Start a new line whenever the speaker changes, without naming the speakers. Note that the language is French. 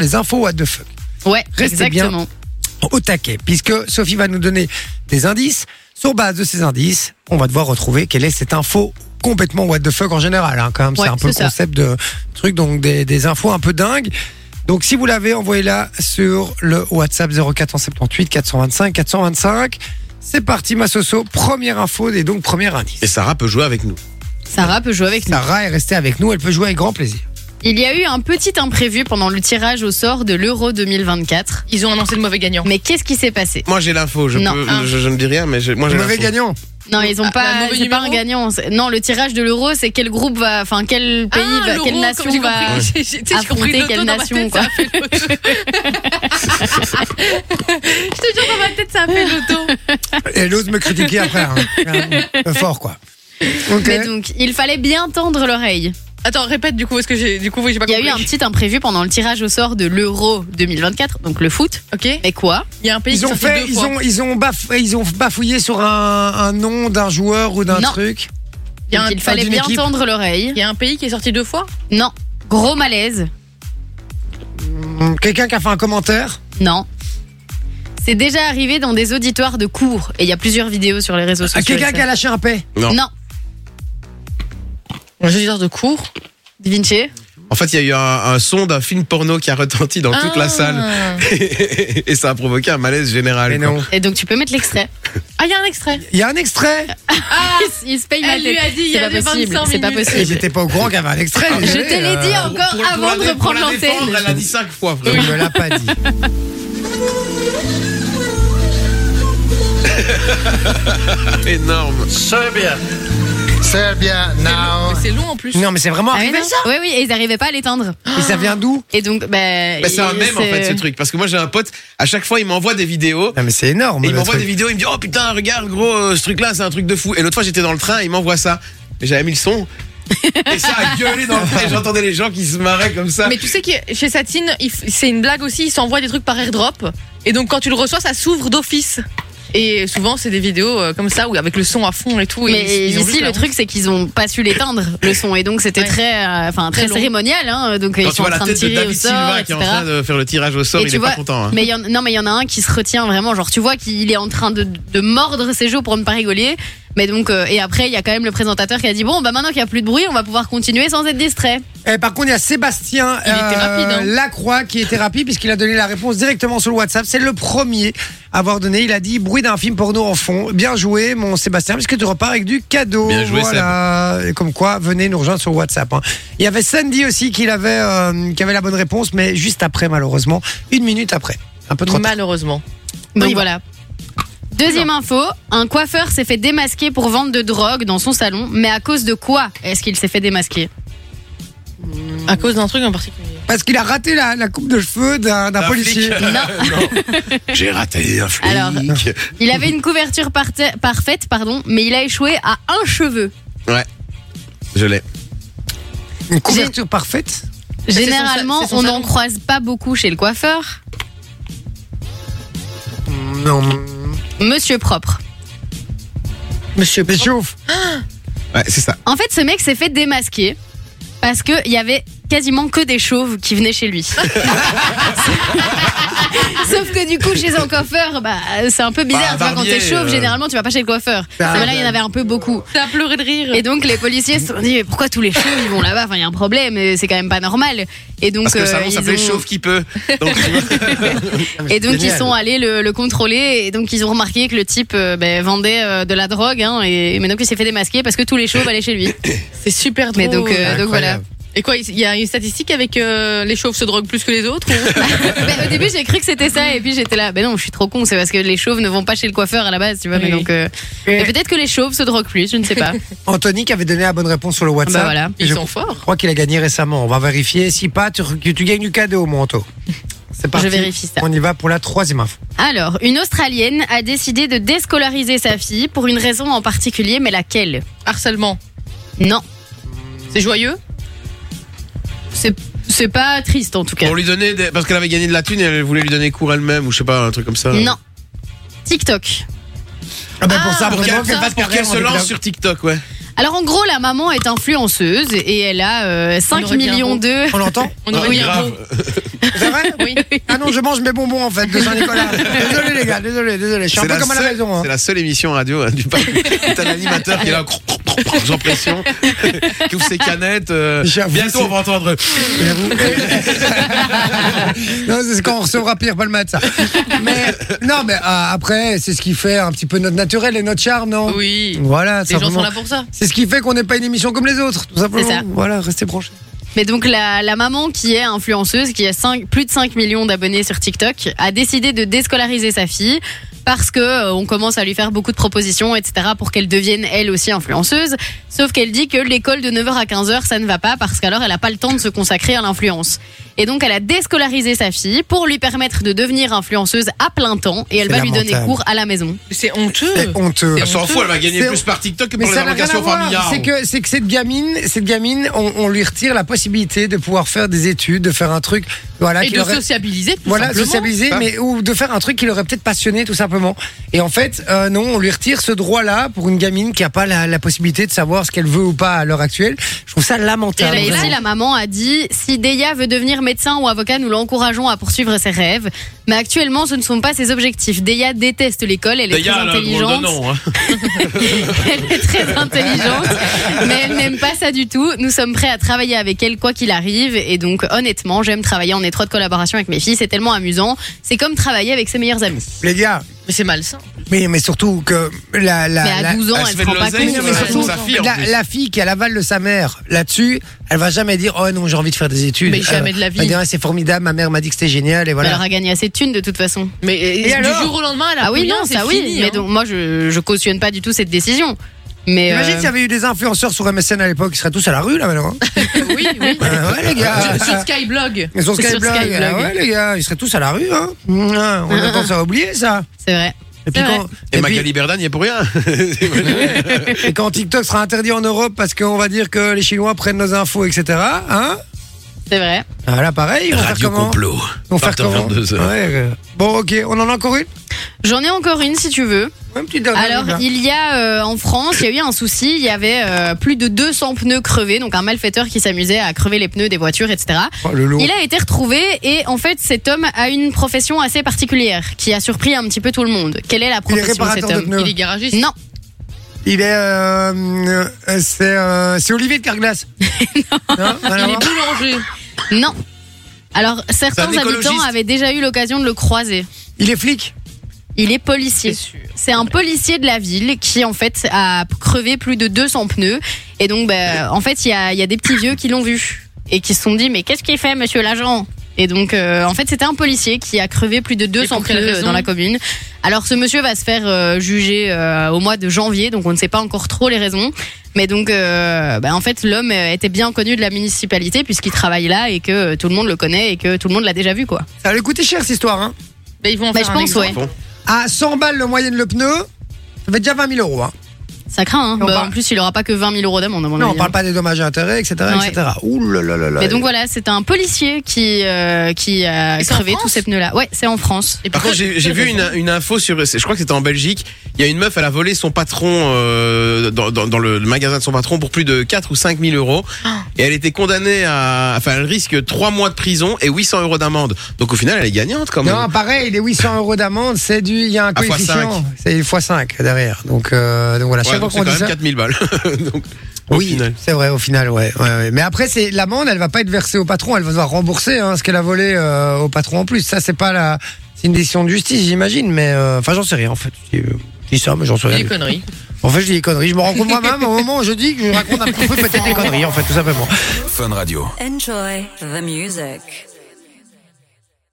les infos what the fuck.
Ouais,
Restez bien.
exactement.
Au taquet, puisque Sophie va nous donner des indices. Sur base de ces indices, on va devoir retrouver quelle est cette info complètement what the fuck en général. hein. Quand même,
Ouais,
c'est un peu le
c'est ça.
concept de truc, donc des, des infos un peu dingues. Donc si vous l'avez, envoyez-la sur le WhatsApp 0478 425 425. C'est parti, ma soso. Première info et donc premier indice.
Et Sarah peut jouer avec nous.
Sarah peut jouer avec nous.
Sarah est restée avec nous, elle peut jouer avec grand plaisir.
Il y a eu un petit imprévu pendant le tirage au sort de l'Euro 2024.
Ils ont annoncé le mauvais gagnant.
Mais qu'est-ce qui s'est passé
Moi j'ai l'info, je,
Non, Ah.
peux-
un.
je, je ne dis rien, mais j'ai- moi j'ai
Mauvais
l'info.
gagnant.
Non, ils ont
Ah,
pas.
le mauvais
c'est pas
numéro
un gagnant. c'est- Non, le tirage de l'Euro, c'est quel groupe va, enfin quel pays,
Ah,
va,
l'euro,
quelle
comme
nation
j'ai
va.
compris. J'ai- j'ai- j'ai compris
affronter
l'auto
quelle
dans ma
nation,
tête,
quoi.
ça a fait l'auto. Je te jure, dans ma tête, ça a fait l'auto.
Et elle ose me critiquer après. hein. Euh, Fort, quoi. Ok.
Mais donc, il fallait bien tendre l'oreille.
Attends, répète du coup, parce que j'ai, du coup, oui, j'ai pas
Il y a
compris.
eu un petit imprévu pendant le tirage au sort de l'Euro 2024, donc le foot.
Ok.
Mais quoi
Il y a un pays
Ils
qui
ont
sortait
fait,
deux
ils
fois.
ont, ils ont, baff- ils ont bafouillé sur un, un nom d'un joueur ou d'un
Non.
truc.
Il y a
Donc,
un-
Il fallait
d'une
bien
équipe.
tendre l'oreille.
Il y a un pays qui est sorti deux fois.
Non. Gros malaise.
Hmm, Quelqu'un qui a fait un commentaire.
Non. C'est déjà arrivé dans des auditoires de cours et il y a plusieurs vidéos sur les réseaux
Ah,
sociaux.
Quelqu'un
et
qui
ça.
a lâché un paix.
Non.
Un auditeur de cours.
Da Vinci
En fait, il y a eu un, un son d'un film porno qui a retenti dans toute
Ah.
la salle
Ah.
et ça a provoqué un malaise général.
Mais
quoi.
non.
Et donc tu peux mettre l'extrait.
Ah, il y a un extrait.
Il y a un extrait.
Ah,
Il, se paye ma
Elle lui
tête.
a dit, il y
C'est pas
avait
possible.
25
C'est pas
minutes.
Et
possible.
j'étais pas au courant qu'il y avait un extrait.
Je
désolé,
te l'ai
euh,
dit encore
Ah, Pour- pour
avant
la
de
dé- pour
reprendre
la défendre,
l'antenne.
Elle l'a dit cinq fois, frère.
Il me l'a pas dit.
Énorme.
Serbia. Serbia now.
Mais c'est long en plus.
Non, mais c'est vraiment
Ah, mais
arrivé
non.
ça.
Oui, oui, et ils n'arrivaient pas à l'éteindre.
Et ça vient d'où
Et donc, bah,
Mais c'est un mème en fait ce truc, parce que moi j'ai un pote, à chaque fois il m'envoie des vidéos.
Non, mais c'est énorme.
Et il
Ah, le
m'envoie
truc.
des vidéos, il me dit Oh putain, regarde gros, euh, ce truc là, c'est un truc de fou. Et l'autre fois, j'étais dans le train, il m'envoie ça. Et j'avais mis le son. Et ça a gueulé dans le train. et J'entendais les gens qui se marraient comme ça.
Mais tu sais que chez Satine, il f- c'est une blague aussi, ils s'envoient des trucs par airdrop. Et donc quand tu le reçois, ça s'ouvre d'office. Et souvent, c'est des vidéos euh, comme ça, où avec le son à fond et tout. et
Mais
ils- ils ont
ici,
juste la
le truc,
hein.
c'est qu'ils ont pas su l'éteindre, le son. Et donc, c'était
Ouais.
très, euh, enfin, très,
Très long.
cérémonial, hein. Donc,
Quand
ils
tu
sont en
vois la
train de
tête de
tirer au
David
sort,
Silva qui
etc.
est en train de faire le tirage au sort,
Et
il
tu
est
vois,
pas content. hein.
Mais il y en, non, mais il y en a un qui se retient vraiment. Genre, tu vois qu'il est en train de, de mordre ses joues pour ne pas rigoler. Mais donc, euh, et après, il y a quand même le présentateur qui a dit bon, bah maintenant qu'il y a plus de bruit, on va pouvoir continuer sans être distrait.
Eh, par contre, il y a Sébastien euh,
Il était rapide, hein.
Lacroix qui était rapide puisqu'il a donné la réponse directement sur le WhatsApp. C'est le premier à avoir donné. Il a dit bruit d'un film porno en fond. Bien joué, mon Sébastien, puisque tu repars avec du cadeau.
Bien joué,
voilà. Et Comme quoi, venez nous rejoindre sur WhatsApp. hein. Il y avait Sandy aussi qui, l'avait, euh, qui avait la bonne réponse, mais juste après, malheureusement. Une minute après. Un peu trop tard.
Malheureusement.
Donc
Oui.
voilà. Deuxième info, un coiffeur s'est fait démasquer pour vente de drogue dans son salon, mais à cause de quoi est-ce qu'il s'est fait démasquer
À cause d'un truc en particulier.
Parce qu'il a raté la, la coupe de cheveux d'un, d'un
Un
policier.
flic. Non. J'ai raté un flic.
Alors. Il avait une couverture parte- parfaite, pardon, mais il a échoué à un cheveu.
Je l'ai.
Une couverture parfaite.
C'est son sa-
Généralement,
c'est son
on
salon.
n'en croise pas beaucoup chez le coiffeur.
Non.
Monsieur propre.
Monsieur Péchauffe.
Ouais, c'est ça.
En fait, ce mec s'est fait démasquer parce qu'il y avait quasiment que des chauves qui venaient chez lui. Sauf que du coup, chez un coiffeur, bah, c'est un peu bizarre.
Bah,
tu vois, quand
barbier,
t'es chauve,
euh.
généralement, tu vas pas chez le coiffeur.
Bah,
Mais là, il y en
bah.
avait un peu beaucoup.
T'as pleuré de rire.
Et donc, les policiers se sont dit, mais pourquoi tous les chauves, ils vont là-bas Enfin, il y a un problème, euh, c'est quand même pas normal. Et donc,
Parce que le salon
euh, ils
s'appelait
ont-
Chauve qui peut. Donc, tu vois.
Et donc
Génial.
ils sont allés le, le contrôler et donc ils ont remarqué que le type euh, ben, vendait euh, de la drogue hein, et, et maintenant qu'il s'est fait démasquer parce que tous les chauves allaient chez lui.
C'est super drôle.
Mais donc, euh, donc voilà.
Incroyable.
Et quoi, il y a une statistique avec euh, les chauves se droguent plus que les autres ou-
Ben, au début j'ai cru que c'était ça et puis j'étais là, ben non je suis trop con, c'est parce que les chauves ne vont pas chez le coiffeur à la base, tu vois. Mais
Oui.
donc euh, mais peut-être que les chauves se droguent plus, je ne sais pas.
Anthony qui avait donné la bonne réponse sur le WhatsApp.
Bah voilà.
Et
Ils
je
sont forts.
Je crois qu'il a gagné récemment. On va vérifier. Si pas, tu, tu gagnes du cadeau, mon Anto. C'est parti.
Je vérifie ça.
On y va pour la troisième info.
Alors une Australienne a décidé de déscolariser sa fille pour une raison en particulier, mais laquelle
Harcèlement.
Non,
C'est joyeux
c'est c'est pas triste en tout cas.
Pour lui donner des- Parce qu'elle avait gagné de la thune et elle voulait lui donner cours elle-même ou je sais pas, un truc comme ça.
Non. TikTok.
Ah ben pour ça,
Pour
vraiment,
qu'elle
qu'elle fasse
Ah bah pour
carrière
qu'elle
en
se
début
lance
d'année.
sur TikTok, ouais.
Alors en gros, la maman est influenceuse et elle a euh, 5
aurait bien
millions
bon.
de.
On l'entend
On aurait
oui,
dit un
Ah, grave.
mot.
C'est vrai
Oui.
Ah non, je mange mes bonbons en fait de Saint-Nicolas. Désolé les gars, désolé, désolé. Je suis un
C'est
peu
la
comme à la
seule-
maison. hein.
C'est la seule émission radio hein, du parc. où T'as l'animateur qui est là, sans pression, qui ouvre ses canettes. euh,
J'avoue,
bientôt,
c'est-
on va entendre.
J'avoue. non, c'est quand on recevra Pierre Palmade, ça. Mais non, mais euh, après, c'est ce qui fait un petit peu notre naturel et notre charme, non
Oui.
Voilà,
Les gens
simplement.
sont là pour ça.
C'est ce qui fait qu'on n'est pas une émission comme les autres, tout simplement.
C'est ça.
Voilà, restez branchés.
Mais donc la, la maman qui est influenceuse, qui a cinq- plus de 5 millions d'abonnés sur TikTok, a décidé de déscolariser sa fille parce que euh, on commence à lui faire beaucoup de propositions, etc., pour qu'elle devienne elle aussi influenceuse. Sauf qu'elle dit que l'école de 9h à 15h, ça ne va pas parce qu'alors elle n'a pas le temps de se consacrer à l'influence. Et donc elle a déscolarisé sa fille pour lui permettre de devenir influenceuse à plein temps et elle
C'est
va lui donner
lamentable.
cours à la maison.
C'est honteux.
C'est honteux.
Elle s'en fout, elle va gagner
C'est-
plus par TikTok que
Mais
par les
ça n'a rien à
invocations
voir. C'est
familiales.
que, c'est que cette gamine, cette gamine, on, on lui retire la possibilité de pouvoir faire des études, de faire un truc, voilà,
Et
qui
de
aurait-
sociabiliser. tout
voilà,
simplement.
sociabiliser,
Ça.
mais ou de faire un truc qui l'aurait peut-être passionné, tout simplement. Et en fait, euh, non, on lui retire ce droit-là pour une gamine qui n'a pas la, la possibilité de savoir ce qu'elle veut ou pas à l'heure actuelle. Je trouve ça
Et
lamentable.
là, ici,
vraiment.
la maman a dit si Deya veut devenir médecin ou avocat, nous l'encourageons à poursuivre ses rêves. Mais actuellement, ce ne sont pas ses objectifs. Deya déteste l'école, elle est
D'ailleurs,
très
elle a un drôle de
intelligente.
nom, hein.
elle est très intelligente, mais elle n'aime pas ça du tout. Nous sommes prêts à travailler avec elle quoi qu'il arrive. Et donc, honnêtement, j'aime travailler en étroite collaboration avec mes filles. C'est tellement amusant. C'est comme travailler avec ses meilleurs amis.
Les gars,
Mais c'est malsain.
mais, mais surtout que la, la,
Ah,
mais à
la-
12 ans,
elle se
elle
fait
se rend
de
pas
l'oseille,
compte.
mais
Ouais,
surtout,
sa fille, en
la,
plus.
la fille qui a l'aval de sa mère là-dessus, elle va jamais dire oh non j'ai envie de faire des études. Euh,
Mais jamais de la vie.
elle dira, c'est formidable, ma mère m'a dit que c'était génial et
Elle
voilà.
aura gagné assez de thunes de toute façon.
Mais et-
Et
du
alors
jour au lendemain, elle a
Ah oui,
plus
non,
rien,
ça
c'est
oui.
fini,
mais
hein.
donc, moi, je, je cautionne pas du tout cette décision. Mais
Imagine
euh,
s'il y avait eu des influenceurs sur MSN à l'époque, ils seraient tous à la rue là maintenant. hein.
oui, oui.
Euh, ouais les gars.
Sur Skyblog.
Mais sur
Sur
Skyblog,
Skyblog.
ah ouais les gars, ils seraient tous à la rue. Hein. Mmh, On a tendance à oublier ça.
c'est vrai.
Et puis
C'est
quand,
Et
et puis-
Magali Berdan, il est pour rien.
et quand TikTok sera interdit en Europe parce qu'on va dire que les Chinois prennent nos infos, etc. Hein
C'est vrai.
ah, là pareil, on va faire comment On va faire comment Ouais, euh, Bon ok, on en a encore une
J'en ai encore une si tu veux.
Ouais, une petite dernière,
Alors,
déjà.
il y a euh, en France, il y a eu un souci. Il y avait euh, plus de 200 pneus crevés, donc un malfaiteur qui s'amusait à crever les pneus des voitures, etc.
Oh, le lourd.
Il a été retrouvé et en fait, cet homme a une profession assez particulière qui a surpris un petit peu tout le monde. Quelle est la
Il est
profession de cet
réparateur de
homme
pneus.
Il est garagiste.
euh, Non,
Il est. euh, euh, euh, c'est euh, c'est Olivier de Carglass. non, rien à
Il est
voir
boulanger.
non. Alors, certains habitants
écologiste.
avaient déjà eu l'occasion de le croiser.
il est flic.
Il est policier. C'est un policier de la ville qui, en fait, a crevé plus de 200 pneus. Et donc, bah, en fait, il y a, il y a des petits vieux qui l'ont vu et qui se sont dit Mais qu'est-ce qu'il fait, monsieur l'agent Et donc, euh, en fait, c'était un policier qui a crevé plus de 200
pour quelle
pneus euh,
raison
dans la commune. Alors, ce monsieur va se faire euh, juger euh, au mois de janvier, donc on ne sait pas encore trop les raisons. Mais donc, euh, bah, en fait, l'homme euh, était bien connu de la municipalité puisqu'il travaille là et que euh, tout le monde le connaît et que tout le monde l'a déjà vu, quoi.
Ça allait coûter cher cette histoire. Hein.
Bah, ils vont en
Bah,
faire
je
un
pense,
exemple.
ouais.
À 100 balles le moyenne le pneu, ça fait déjà 20 000 euros. Hein.
Ça craint, hein.
On
Bah,
parle-
en plus, il aura pas que 20 000 euros d'amende, à mon
Non, on
avis, hein.
parle pas des dommages et intérêts, etc.
Ouais.
etc. Ouh là là là là.
Mais donc voilà, c'est un policier qui euh, qui a
Et c'est en
crevé
France
tous ces pneus-là. Ouais, c'est en France.
Et
Par contre, j'ai j'ai vu une, une info sur. Je crois que c'était en Belgique. Il y a une meuf, elle a volé son patron euh, dans, dans- dans le magasin de son patron pour plus de 4 ou 5 000 euros. Et elle était condamnée à. Enfin, elle risque 3 mois de prison et 800 euros d'amende. Donc au final, elle est gagnante quand même.
Non, pareil, les 800 euros d'amende, c'est du. Il y a un
À fois
coefficient.
cinq.
C'est x5 derrière. Donc, euh, donc voilà,
Ouais,
chaque
donc
fois
c'est
qu'on
quand
dit ça.
même 4000 balles. Donc, au
oui,
final.
c'est vrai, au final, ouais. ouais, ouais. Mais après, c'est l'amende, elle va pas être versée au patron, elle va devoir rembourser hein, ce qu'elle a volé euh, au patron en plus. Ça, c'est pas la. C'est une décision de justice, j'imagine, mais. euh, Enfin, j'en sais rien, en fait. Je dis- je dis ça, mais j'en sais rien.
des conneries.
En fait, je dis des conneries. Je me rends compte moi-même au moment où je dis que je raconte un petit peu peut-être des conneries, en fait, tout simplement.
Enjoy the music.